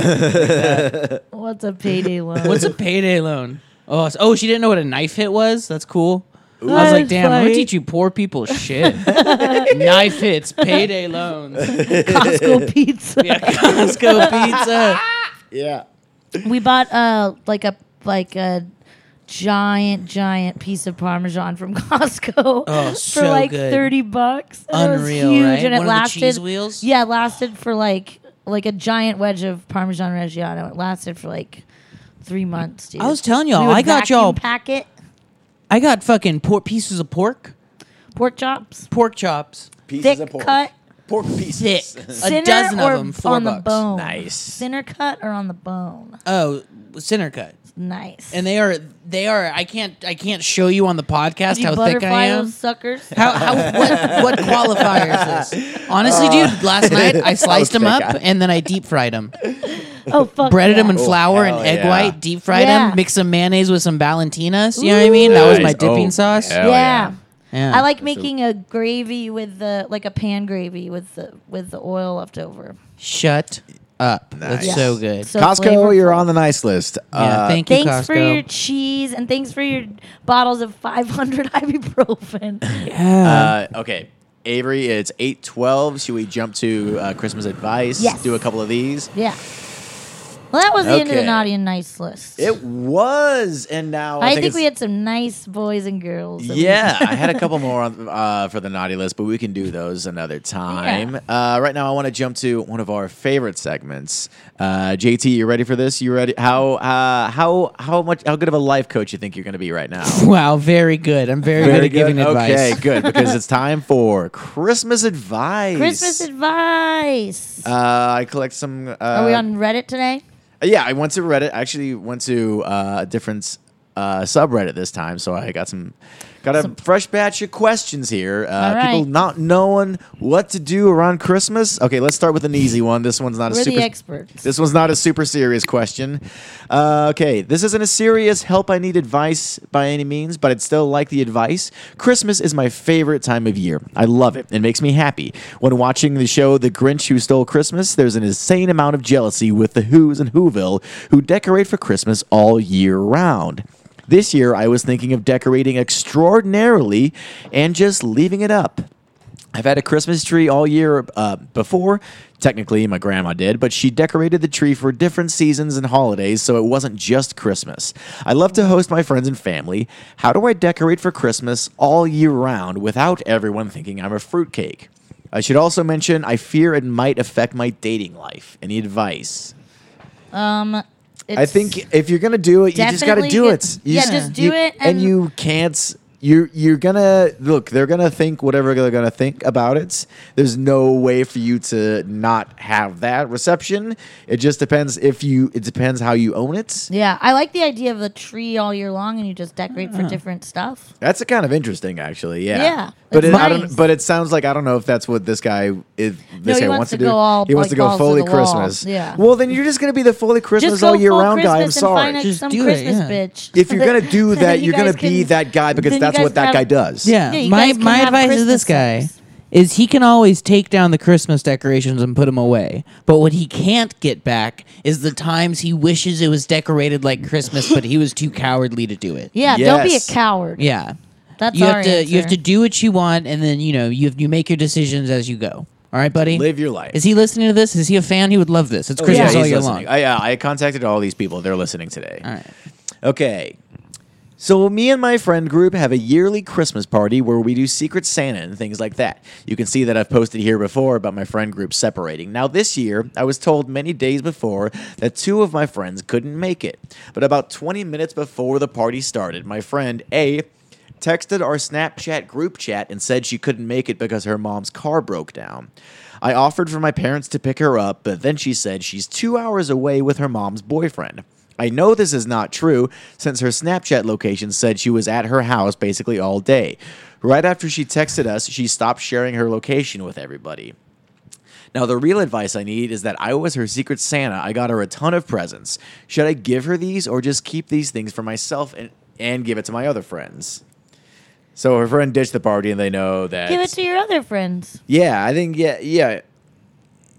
what's a payday loan?
What's a payday loan? Oh, s- oh, she didn't know what a knife hit was. That's cool. I was like,
That's
"Damn, I'm
funny.
gonna teach you poor people shit." knife hits, payday loans,
Costco pizza?
yeah, Costco pizza.
yeah.
We bought uh like a like a giant giant piece of parmesan from Costco
Oh,
for
so
like
good.
thirty bucks. And it
Unreal,
was huge,
right?
and it
One of the
lasted.
cheese wheels?
Yeah, it lasted for like like a giant wedge of Parmesan Reggiano. It lasted for like three months, dude.
I was telling y'all,
We would
I got y'all-
vacuum pack it
I got fucking pork pieces of pork,
pork chops,
pork chops,
Pieces
thick
of pork.
cut,
Pork
thick,
pieces.
Center
a dozen
or
of them, four
on
bucks.
the bone.
Nice.
Center cut or on the bone.
Oh, center cut.
Nice.
and they are they are I can't I can't show you on the podcast
you
how thick I
butterfly
am.
those suckers.
How, how what what qualifiers is? Honestly, dude, last night I sliced them
thick
up
I-
and then I deep fried them,
oh fuck.
breaded
yeah.
them in flour and
hell
egg
yeah.
white, deep fried
Yeah.
them, mixed some mayonnaise with some Valentinas. You know what I mean? That was my
Nice.
dipping
Oh,
sauce.
hell
yeah.
Yeah.
I like making a gravy with the like a pan gravy with the with the oil left over.
Shut up. That's
Nice.
so good.
So
Costco,
flavorful.
you're on the nice list.
yeah,
Uh,
thank you,
Thanks
Costco.
for your cheese and thanks for your bottles of 500 ibuprofen.
yeah.
uh, okay. Avery, it's 812. Should we jump to uh, Christmas advice?
Yes.
Do a couple of these?
Yeah. Well, that was the end of the
Okay.
naughty and nice list.
It was. And now I,
I, think,
it's-
we had some nice boys and girls. that we-
Yeah, I had a couple more on, uh, for the naughty list, but we can do those another time. Uh, right now, I want to jump to one of our favorite segments. Uh, JT, you ready for this? You ready? How uh, how how much how good of a life coach you think you're going to be right now?
Wow, very good. I'm very, good at giving advice.
Okay, good because it's time for Christmas advice.
Christmas advice.
Uh, I collect some. Uh,
Are we on Reddit today?
Yeah, I went to Reddit. I actually went to uh, a different uh, subreddit this time, so I got some got a fresh batch of questions here. Uh,
All right.
People not knowing what to do around Christmas. Okay, let's start with an easy one. This one's not
We're
a super.
the experts.
this one's not a super serious question. Uh, okay, this isn't a serious help. I need advice by any means, but I'd still like the advice. Christmas is my favorite time of year. I love it. It makes me happy. When watching the show The Grinch Who Stole Christmas, there's an insane amount of jealousy with the Who's in Whoville who decorate for Christmas all year round. This year, I was thinking of decorating extraordinarily and just leaving it up. I've had a Christmas tree all year uh, before. Technically, my grandma did, but she decorated the tree for different seasons and holidays, so it wasn't just Christmas. I love to host my friends and family. How do I decorate for Christmas all year round without everyone thinking I'm a fruitcake? I should also mention I fear it might affect my dating life. Any advice?
It's,
I think if you're gonna do it, you just gotta
Definitely
do
get-
it. You
yeah, just do
you-
it
and,
and-
you can't. You're you're gonna look. They're gonna think whatever they're gonna think about it. There's no way for you to not have that reception. It just depends if you. It depends how you own it.
Yeah, I like the idea of a tree all year long, and you just decorate
Hmm.
for different stuff.
That's a kind of interesting, actually. Yeah.
Yeah,
But it,
it's
I
nice.
don't, but it sounds like I don't know if that's what this guy is. This
he
guy
wants
wants
to
to, do.
go all,
he wants
like,
to go
balls to
fully
the wall.
Christmas.
Yeah.
Well, then you're just gonna be the fully Christmas
Just go
all year
full
round
Christmas
guy. I'm
and
sorry.
find out
Just
some
do it,
Christmas
yeah.
bitch.
if you're gonna do
Then
that,
you
you're gonna
guys
be
can-
that guy because
then you
that's
guys
what that
have-
guy does.
Yeah,
Yeah, you
my
guys can
my
have
advice is
Christmas
this guy
songs.
is he can always take down the Christmas decorations and put them away. But what he can't get back is the times he wishes it was decorated like Christmas, but he was too cowardly to do it.
Yeah, don't be a
Yes.
coward.
Yeah,
That's
you
our
have to you have
answer.
to do what you want, and then you know you have, you make your decisions as you go. All right, buddy.
Live your life. Oh,
Is he listening to this? Is he a fan? He would love this. It's
Yeah,
Christmas
he's
all year long.
listening. I, uh, I contacted all these people. They're listening today.
All right.
Okay. So me and my friend group have a yearly Christmas party where we do Secret Santa and things like that. You can see that I've posted here before about my friend group separating. Now this year, I was told many days before that two of my friends couldn't make it. But about 20 minutes before the party started, my friend A texted our Snapchat group chat and said she couldn't make it because her mom's car broke down. I offered for my parents to pick her up, but then she said she's 2 hours away with her mom's boyfriend. I know this is not true since her Snapchat location said she was at her house basically all day. Right after she texted us, she stopped sharing her location with everybody. Now, the real advice I need is that I was her secret Santa. I got her a ton of presents. Should I give her these or just keep these things for myself and, and give it to my other friends? So her friend ditched the party and they know that.
Give it to your other friends.
yeah, I think, yeah, yeah.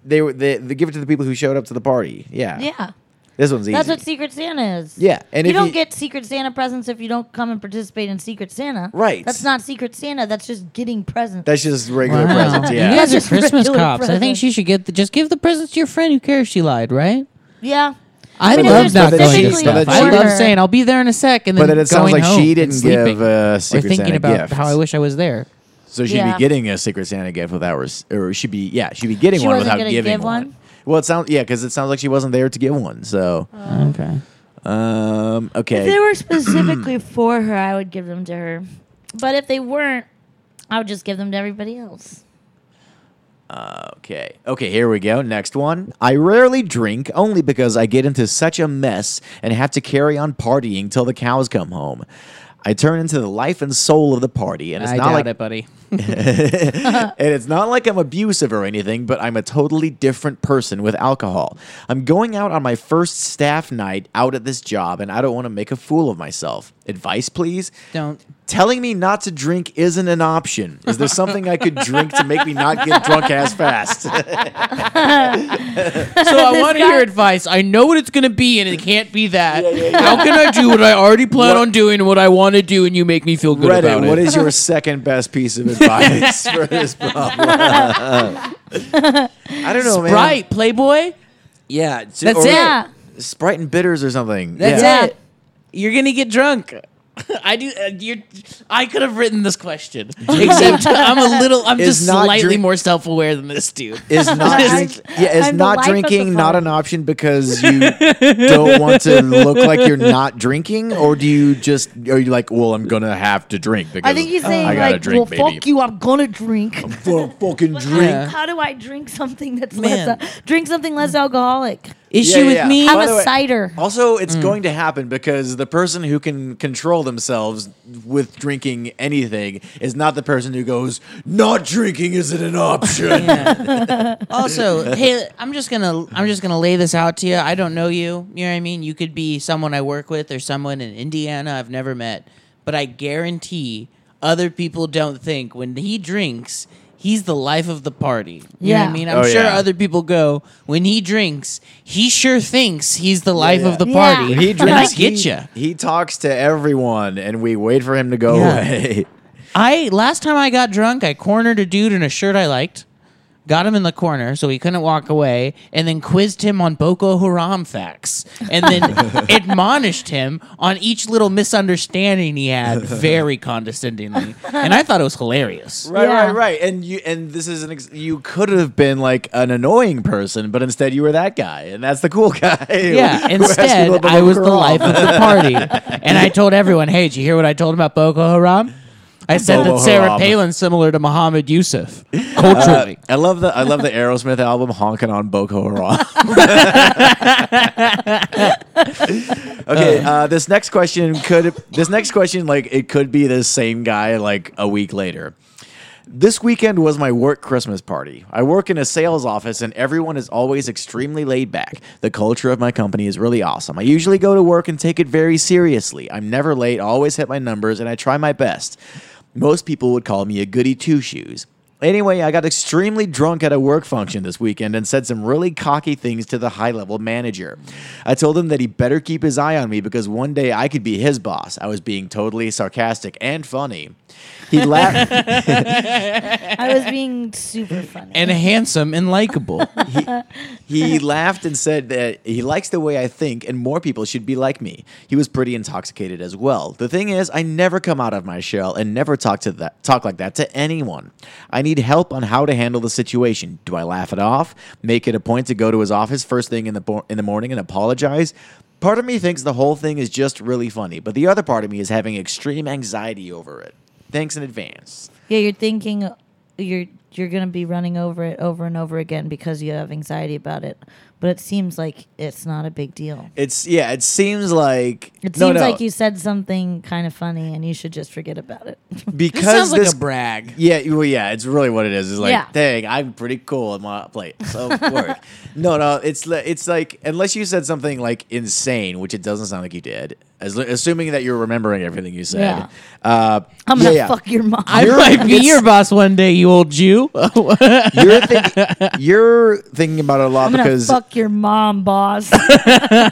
They, were they, they give it to the people who showed up to the party. Yeah.
Yeah.
This one's easy.
That's what Secret Santa is.
Yeah, and
you
if
don't
you-
get Secret Santa presents if you don't come and participate in Secret Santa.
Right.
That's not Secret Santa. That's just getting presents.
That's just regular
Wow.
presents. Yeah.
You guys are
Just
Christmas
regular
cops. I think
presents.
she should get the, just give the presents to your friend. Who cares? She lied, right?
yeah.
I
But
love
it's
not going to
specifically
stuff.
for
I love
her.
saying I'll be there in a sec, and then
But then it sounds
going
like
home
she
and
didn't
sleeping,
give uh,
or
Secret
thinking
Santa
about
gift.
how I wish I was there.
so she'd
Yeah.
be getting a Secret Santa gift without, res- or she'd be yeah, she'd be getting
She
one
wasn't
without
gonna
giving
give
one.
one?
Well, it sounds yeah, because it sounds like she wasn't there to give one. So,
Okay.
Oh.
um,
If they
okay,
were specifically for her, I would give them to her. But if they weren't, I would just give them to everybody else.
okay, okay. Here we go. Next one. I rarely drink only because I get into such a mess and have to carry on partying till the cows come home. I turn into the life and soul of the party, and it's
I
not
doubt
like
it, buddy.
and it's not like I'm abusive or anything, but I'm a totally different person with alcohol. I'm going out on my first staff night out at this job, and I don't want to make a fool of myself. Advice, please?
Don't.
telling me not to drink isn't an option. Is there something I could drink to make me not get drunk as fast?
So I want to hear advice. I know what it's going to be, and it can't be that. How can I do what I already plan on doing and what I want to do, and you make me feel good about
Reddit,
it?
what is your second best piece of advice for this problem? I don't know, man.
Sprite, Playboy?
Yeah. t-
That's
or-
it.
Yeah.
Sprite and bitters or something.
That's
yeah.
Yeah.
it. You're gonna get drunk. I do. Uh, you're, I could have written this question, except I'm a little. I'm
Is
just
not
slightly
drink-
more self-aware than this dude.
Is not
I'm-
drink, yeah, is
I'm the
not
life of the
drinking not
party.
an option because you don't want to look like you're not drinking, or do you just are you like, well, I'm gonna have to drink because
I think he's saying
Uh, I gotta
like,
drink,
well,
baby.
fuck you, I'm gonna drink.
For a fucking
But
drink.
How, how do I drink something that's
Man.
less al- drink something less alcoholic?
Issue
Yeah,
with
yeah.
me?
By
Have
the
a
way-
cider.
Also, it's going to happen because the person who can control themselves with drinking anything is not the person who goes, "Not drinking isn't an option."
also, hey, I'm just gonna I'm just gonna lay this out to you. I don't know you. You know what I mean? You could be someone I work with or someone in Indiana I've never met, but I guarantee other people don't think when he drinks, he's the life of the party. You know what
Yeah.
I mean? I'm
Oh,
sure
yeah.
other people go when he drinks, he sure thinks he's the life
yeah.
of the
Yeah.
party.
When
he
And I
drinks.
get
he-
you.
He talks to everyone, and we wait for him to go
Yeah.
away.
I last time I got drunk, I cornered a dude in a shirt I liked, got him in the corner so he couldn't walk away, and then quizzed him on Boko Haram facts, and then admonished him on each little misunderstanding he had very condescendingly, and I thought it was hilarious.
Right,
Yeah.
right, right. And you and this is an ex- you could have been like an annoying person, but instead you were that guy, and that's the cool guy.
Yeah.
Who asked people
Instead,
about
I was the
Boko Haram.
life of the party, and I told everyone, "Hey, did you hear what I told him about Boko Haram?" I said
Boko
that Sarah
Haram. Uh,
Palin's similar to Muhammad Yusuf culturally.
I love the I love the Aerosmith album honking on Boko Haram. okay, uh, this next question could this next question like it could be the same guy like a week later. This weekend was my work Christmas party. I work in a sales office and everyone is always extremely laid back. The culture of my company is really awesome. I usually go to work and take it very seriously. I'm never late, I always hit my numbers, and I try my best. Most people would call me a goody two shoes. Anyway, I got extremely drunk at a work function this weekend and said some really cocky things to the high level manager. I told him that he better keep his eye on me because one day I could be his boss. I was being totally sarcastic and funny. He laughed.
I was being super funny.
and handsome and likable.
He laughed and said that he likes the way I think and more people should be like me. He was pretty intoxicated as well. The thing is, I never come out of my shell and never talk to that talk like that to anyone. I need help on how to handle the situation. Do I laugh it off? Make it a point to go to his office first thing in the bo- in the morning and apologize? Part of me thinks the whole thing is just really funny, but the other part of me is having extreme anxiety over it. Thanks in advance.
yeah, you're thinking uh, you're you're gonna be running over it over and over again because you have anxiety about it. But it seems like it's not a big deal.
It's yeah, it seems like
It
No,
seems
no.
like you said something kind of funny and you should just forget about it.
because
sounds like
this
a brag.
Yeah, well, yeah, it's really what it is. It's like,
Yeah.
dang, I'm pretty cool at my plate. So work. no, no, it's li- it's like unless you said something like insane, which it doesn't sound like you did. As, assuming that you're remembering everything you said.
Yeah.
Uh,
I'm
yeah,
gonna
yeah.
fuck your mom.
I might be your boss one day, you old Jew.
You're, think- you're thinking about it a lot
I'm gonna
because,
fuck your mom, boss.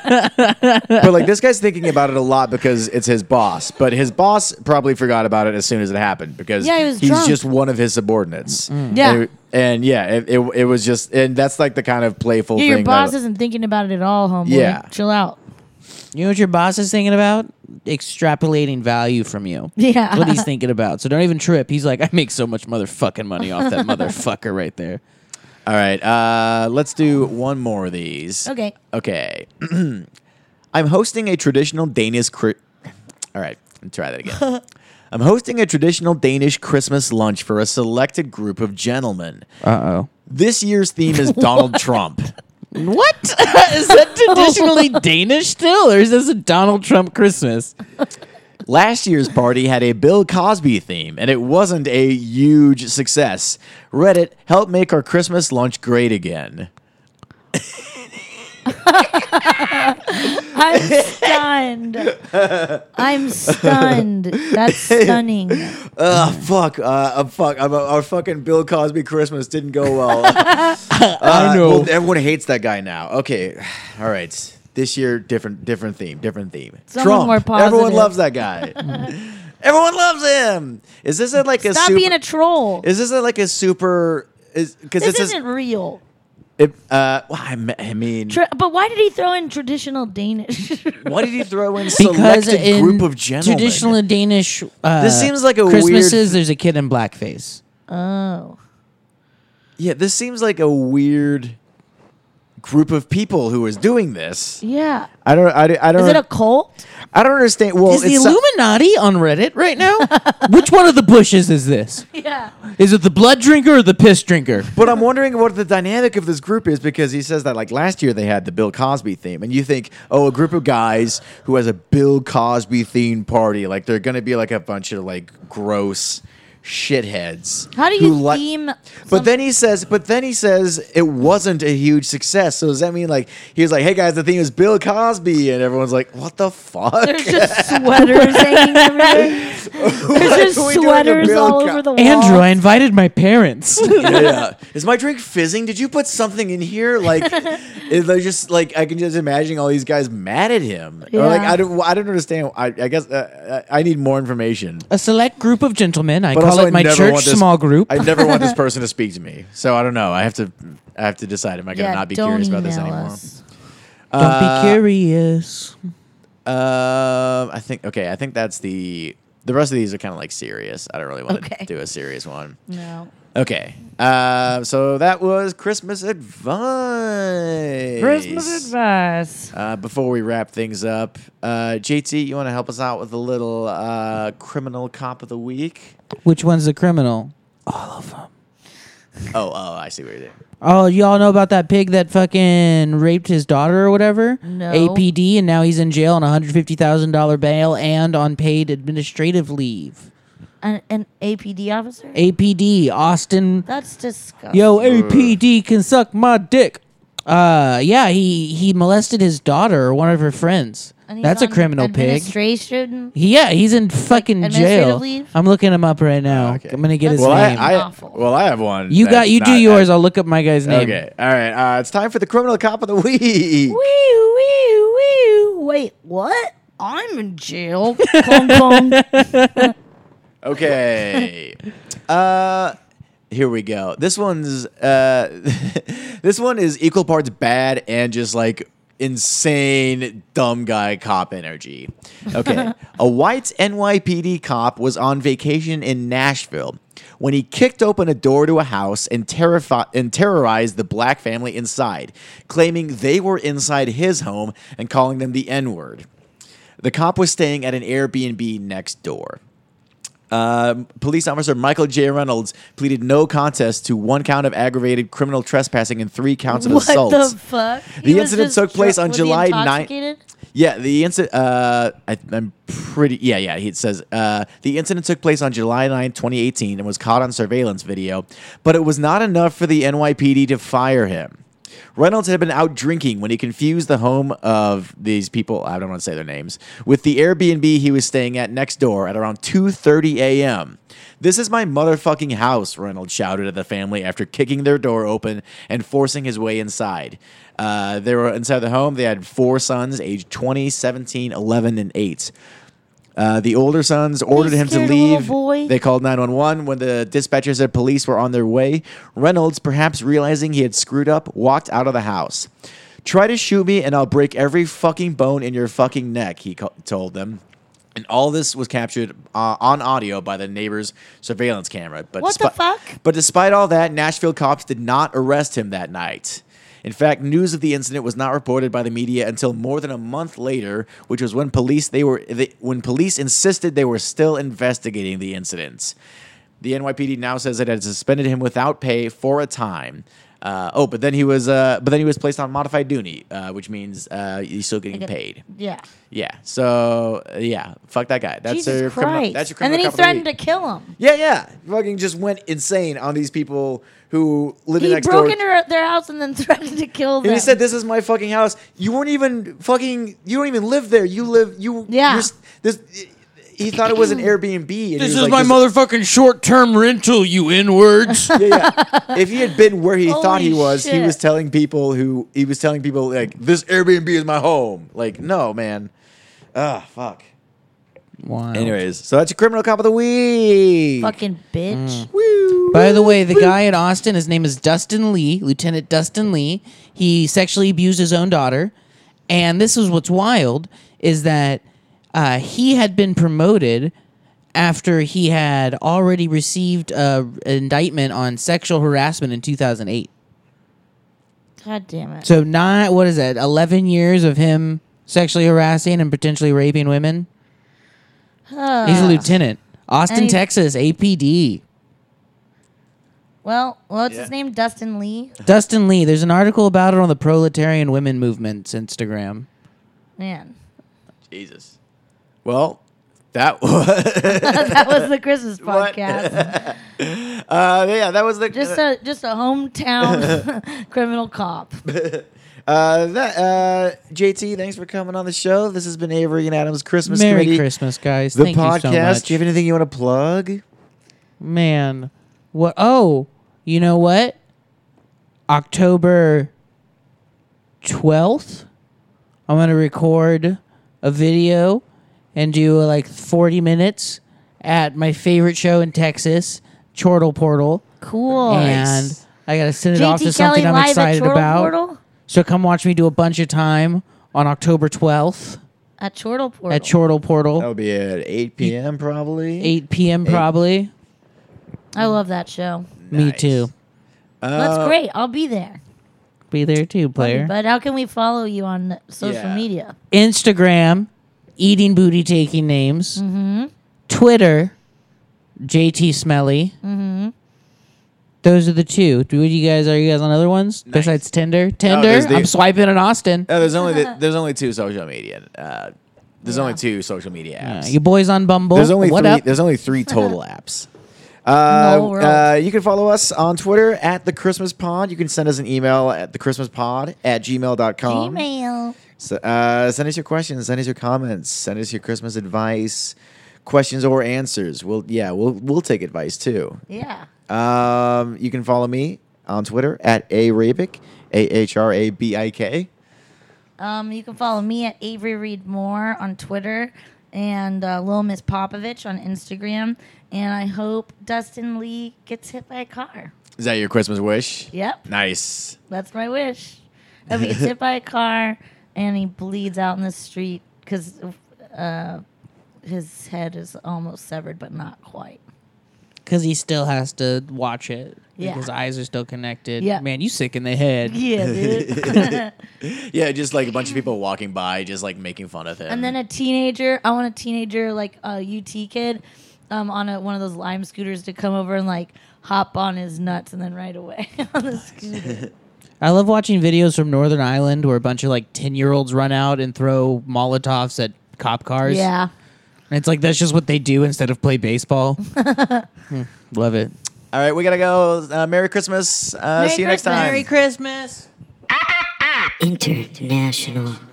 but like this guy's thinking about it a lot because it's his boss. But his boss probably forgot about it as soon as it happened because
Yeah, he was
he's
drunk. Mm.
just one of his subordinates.
Yeah.
And, it- and yeah, it, it, it was just, and that's like the kind of playful
yeah,
thing.
your
that-
boss isn't thinking about it at all, homeboy.
Yeah.
Chill out.
You know what your boss is thinking about? Extrapolating value from you.
Yeah.
That's what he's thinking about. So don't even trip. He's like, I make so much motherfucking money off that motherfucker right there.
All right, uh, let's do one more of these.
Okay.
Okay. I'm hosting a traditional Danish. Cri- All right, let me try that again. I'm hosting a traditional Danish Christmas lunch for a selected group of gentlemen.
Uh oh.
This year's theme is Donald Trump.
What? is that traditionally Danish still, or is this a Donald Trump Christmas?
Last year's party had a Bill Cosby theme, and it wasn't a huge success. Reddit, help make our Christmas lunch great again.
I'm stunned.
I'm stunned. That's stunning.
Ugh, fuck. Uh, uh, fuck. I'm, uh, our fucking Bill Cosby Christmas didn't go well. I know. everyone hates that guy now. Okay. All right. This year, different, different theme, different theme.
Something more positive.
Everyone loves that guy. everyone loves him. Is this a, like a
Stop
super,
being a troll.
Is this a, like a super? Is because
This
this
isn't real.
It, uh, well, I me- I mean,
Tra- but why did he throw in traditional Danish?
why did you throw in
because
selected
in
group of gentlemen?
traditional Danish, uh,
This seems like a weird-
Christmases. There's a kid in blackface.
oh.
Yeah, this seems like a weird group of people who is doing this.
Yeah.
I don't. I, I don't.
Is it a cult?
I don't understand. Well,
Is the
it's uh,
Illuminati on Reddit right now? Which one of the Bushes is this?
Yeah.
Is it the blood drinker or the piss drinker?
But I'm wondering what the dynamic of this group is because he says that like last year they had the Bill Cosby theme, and you think, oh, a group of guys who has a Bill Cosby themed party, like they're gonna be like a bunch of like gross shitheads.
How do
who
you
li-
theme?
But then he says, but then he says it wasn't a huge success. So does that mean like he was like, hey guys, the theme is Bill Cosby, and everyone's like, what the fuck?
There's just sweaters hanging everywhere. There's
Why are
just
we doing a
sweaters
Bill
all
Co-
over the wall.
Andrew, I invited my parents.
yeah. Is my drink fizzing? Did you put something in here? Like, is they just like I can just imagine all these guys mad at him. Or like
Yeah.
I don't, I don't understand. I, I guess uh, I I need more information.
a select group of gentlemen. I
But
call
also, I
it my
never
church
want this-
small group.
I never want this person to speak to me. So I don't know. I have to, I have to decide. Am I gonna
Yeah,
not be
don't
curious about this
email
anymore?
us.
Don't
uh,
be curious.
Um, I think okay. I think that's the. The rest of these are kind of like serious. I don't really want
Okay.
to do a serious one.
No.
Okay. Uh, so that was Christmas advice.
Christmas advice.
Uh, before we wrap things up, uh, JT, you want to help us out with a little uh, criminal cop of the week?
Which one's the criminal?
Oh, oh, I see what you're doing.
Oh, y'all know about that pig that fucking raped his daughter or whatever?
No.
APD, and now he's in jail on a $150,000 bail and on paid administrative leave.
An, an APD officer?
APD, Austin.
That's disgusting.
Yo, APD can suck my dick. Uh, yeah, he, he molested his daughter or one of her friends.
And he's
That's a
on
criminal pig.
Administration.
Yeah, he's in fucking jail.
administrative leave?
I'm looking him up right now.
Oh, Okay.
I'm gonna get his
Well,
name.
I, I,
Awful.
well, I have one.
you got
that's
you do
not-
yours. I'll look up my guy's name.
okay. All right. Uh, it's time for the criminal cop of the week.
Wee, wee, wee. Wait, what? I'm in jail. Kong Kong.
Okay. uh, here we go. This one's uh, this one is equal parts bad and just like insane dumb guy cop energy. Okay. A white NYPD cop was on vacation in Nashville when he kicked open a door to a house and terrified and terrorized the black family inside, claiming they were inside his home and calling them the N-word. The cop was staying at an Airbnb next door. Um, police officer Michael J. Reynolds pleaded no contest to one count of aggravated criminal trespassing and three counts of
What
assault.
the fuck?
The
was
incident
just
took place
drunk-
on
was he
July 9th.
intoxicated?
Yeah, the incident. Uh, I, I'm pretty. Yeah, yeah. He says uh, the incident took place on July 9, 2018, and was caught on surveillance video. But it was not enough for the NYPD to fire him. Reynolds had been out drinking when he confused the home of these people. I don't want to say their names with the Airbnb he was staying at next door at around 2:30 a.m. This is my motherfucking house, Reynolds shouted at the family after kicking their door open and forcing his way inside. Uh, they were inside the home. They had four sons, aged 20, 17, 11, and 8. Uh, the older sons ordered him to
scared a little
leave.
boy?
They called 911 when the dispatcher said police were on their way. Reynolds, perhaps realizing he had screwed up, walked out of the house. Try to shoot me and I'll break every fucking bone in your fucking neck, he co- told them. And all this was captured uh, on audio by the neighbor's surveillance camera. But
What the fuck?
But despite all that, Nashville cops did not arrest him that night. In fact, news of the incident was not reported by the media until more than a month later, which was when police they were they, when police insisted they were still investigating the incident. The NYPD now says it had suspended him without pay for a time. Uh, oh, but then he was, uh, but then he was placed on modified duty, uh, which means uh, he's still getting
Like a-
paid.
Yeah.
Yeah. So uh, yeah, fuck that guy. That's
Jesus
your criminal.
Christ.
That's your
and
criminal.
then he
cop of the
threatened
week.
to kill him.
Yeah, yeah. Fucking just went insane on these people who live
He
next
broke
door.
into her- their house and then threatened to kill them.
and he said, "This is my fucking house. You weren't even fucking. You don't even live there. You live. You.
Yeah.
you're s- This. He thought it was an Airbnb. And he
This
was
is
like,
my motherfucking short term rental, you N words.
yeah, yeah. If he had been where he thought he
Holy
was, he
shit.
was telling people who he was telling people like this Airbnb is my home. Like, no, man. Ah, fuck. Anyways, so that's your criminal cop of the week.
fucking bitch.
Mm. Woo.
By the way, the guy in Austin, his name is Dustin Lee, Lieutenant Dustin Lee. He sexually abused his own daughter, and this is what's wild is that uh, he had been promoted after he had already received a, an indictment on sexual harassment in 2008.
God damn it.
So not what is that? 11 years of him sexually harassing and potentially raping women.
Uh,
He's a lieutenant, Austin,
And he-
Texas, APD.
Well, what's
Yeah.
his name? Dustin Lee.
Dustin Lee, there's an article about it on the Proletarian Women Movement's Instagram.
Man,
Jesus. Well, that was.
that was the Christmas podcast.
Uh, yeah, that was the
just a just a hometown criminal cop.
uh, that uh, JT. Thanks for coming on the show. This has been Avery and Adam's Christmas
Merry
Committee,
Christmas, guys.
the
Thank
podcast.
you so much.
Do you have anything you want to plug?
Man, what? Oh, you know what? October 12th, I'm going to record a video and do uh, like 40 minutes at my favorite show in Texas, Chortle Portal.
Cool.
And I got to send it off to
JT
something
Kelly
I'm
live at
excited
Chortle
about.
Portal.
So come watch me do a bunch of time on October 12th
At Chortle Portal.
at Chortle Portal,
That would be at 8 p.m. probably.
8 p.m. probably.
I love that show.
Me
Nice.
too.
Uh,
That's great. I'll be there.
Be there too, player.
But how can we follow you on social
Yeah.
media?
Instagram, eating booty taking names. Twitter, JT Smelly. Those are the two. Do you guys are you guys on other ones besides Tinder? Tinder.
there's the-
I'm swiping in Austin.
Oh, there's only the, there's only two social media. Uh, there's only two social media
Uh,
apps.
you boys on Bumble.
There's only
what
three.
up?
There's only three total apps. Uh,
No world.
uh, you can follow us on Twitter at the Christmas Pod. You can send us an email at the Christmas Pod at gmail.com.
Email.
So, uh, send us your questions, send us your comments, send us your Christmas advice, questions or answers. We'll yeah, we'll we'll take advice too.
Yeah.
Um, you can follow me on Twitter at a Rabik, a h r a b i k.
Um, you can follow me at Avery Reed Moore on Twitter and uh, Lil Miss Popovich on Instagram. And I hope Dustin Lee gets hit by a car.
Is that your Christmas wish?
Yep,
Nice.
that's my wish. If he gets hit by a car and he bleeds out in the street because uh, his head is almost severed, but not quite.
Because he still has to watch it.
Yeah.
His eyes are still connected.
Yeah.
Man, you sick in the head.
Yeah, dude.
Yeah, just like a bunch of people walking by, just like making fun of him.
and then a teenager. I want a teenager like a UT kid um, on a, one of those lime scooters to come over and like hop on his nuts and then ride away on the scooter.
I love watching videos from Northern Ireland where a bunch of like 10 year olds run out and throw Molotovs at cop cars.
yeah,
And it's like, that's just what they do instead of play baseball. Hmm, love it.
All right, we gotta go. Uh, Merry Christmas. Uh,
Merry
see you next
Christmas.
time.
Merry
Christmas.
International.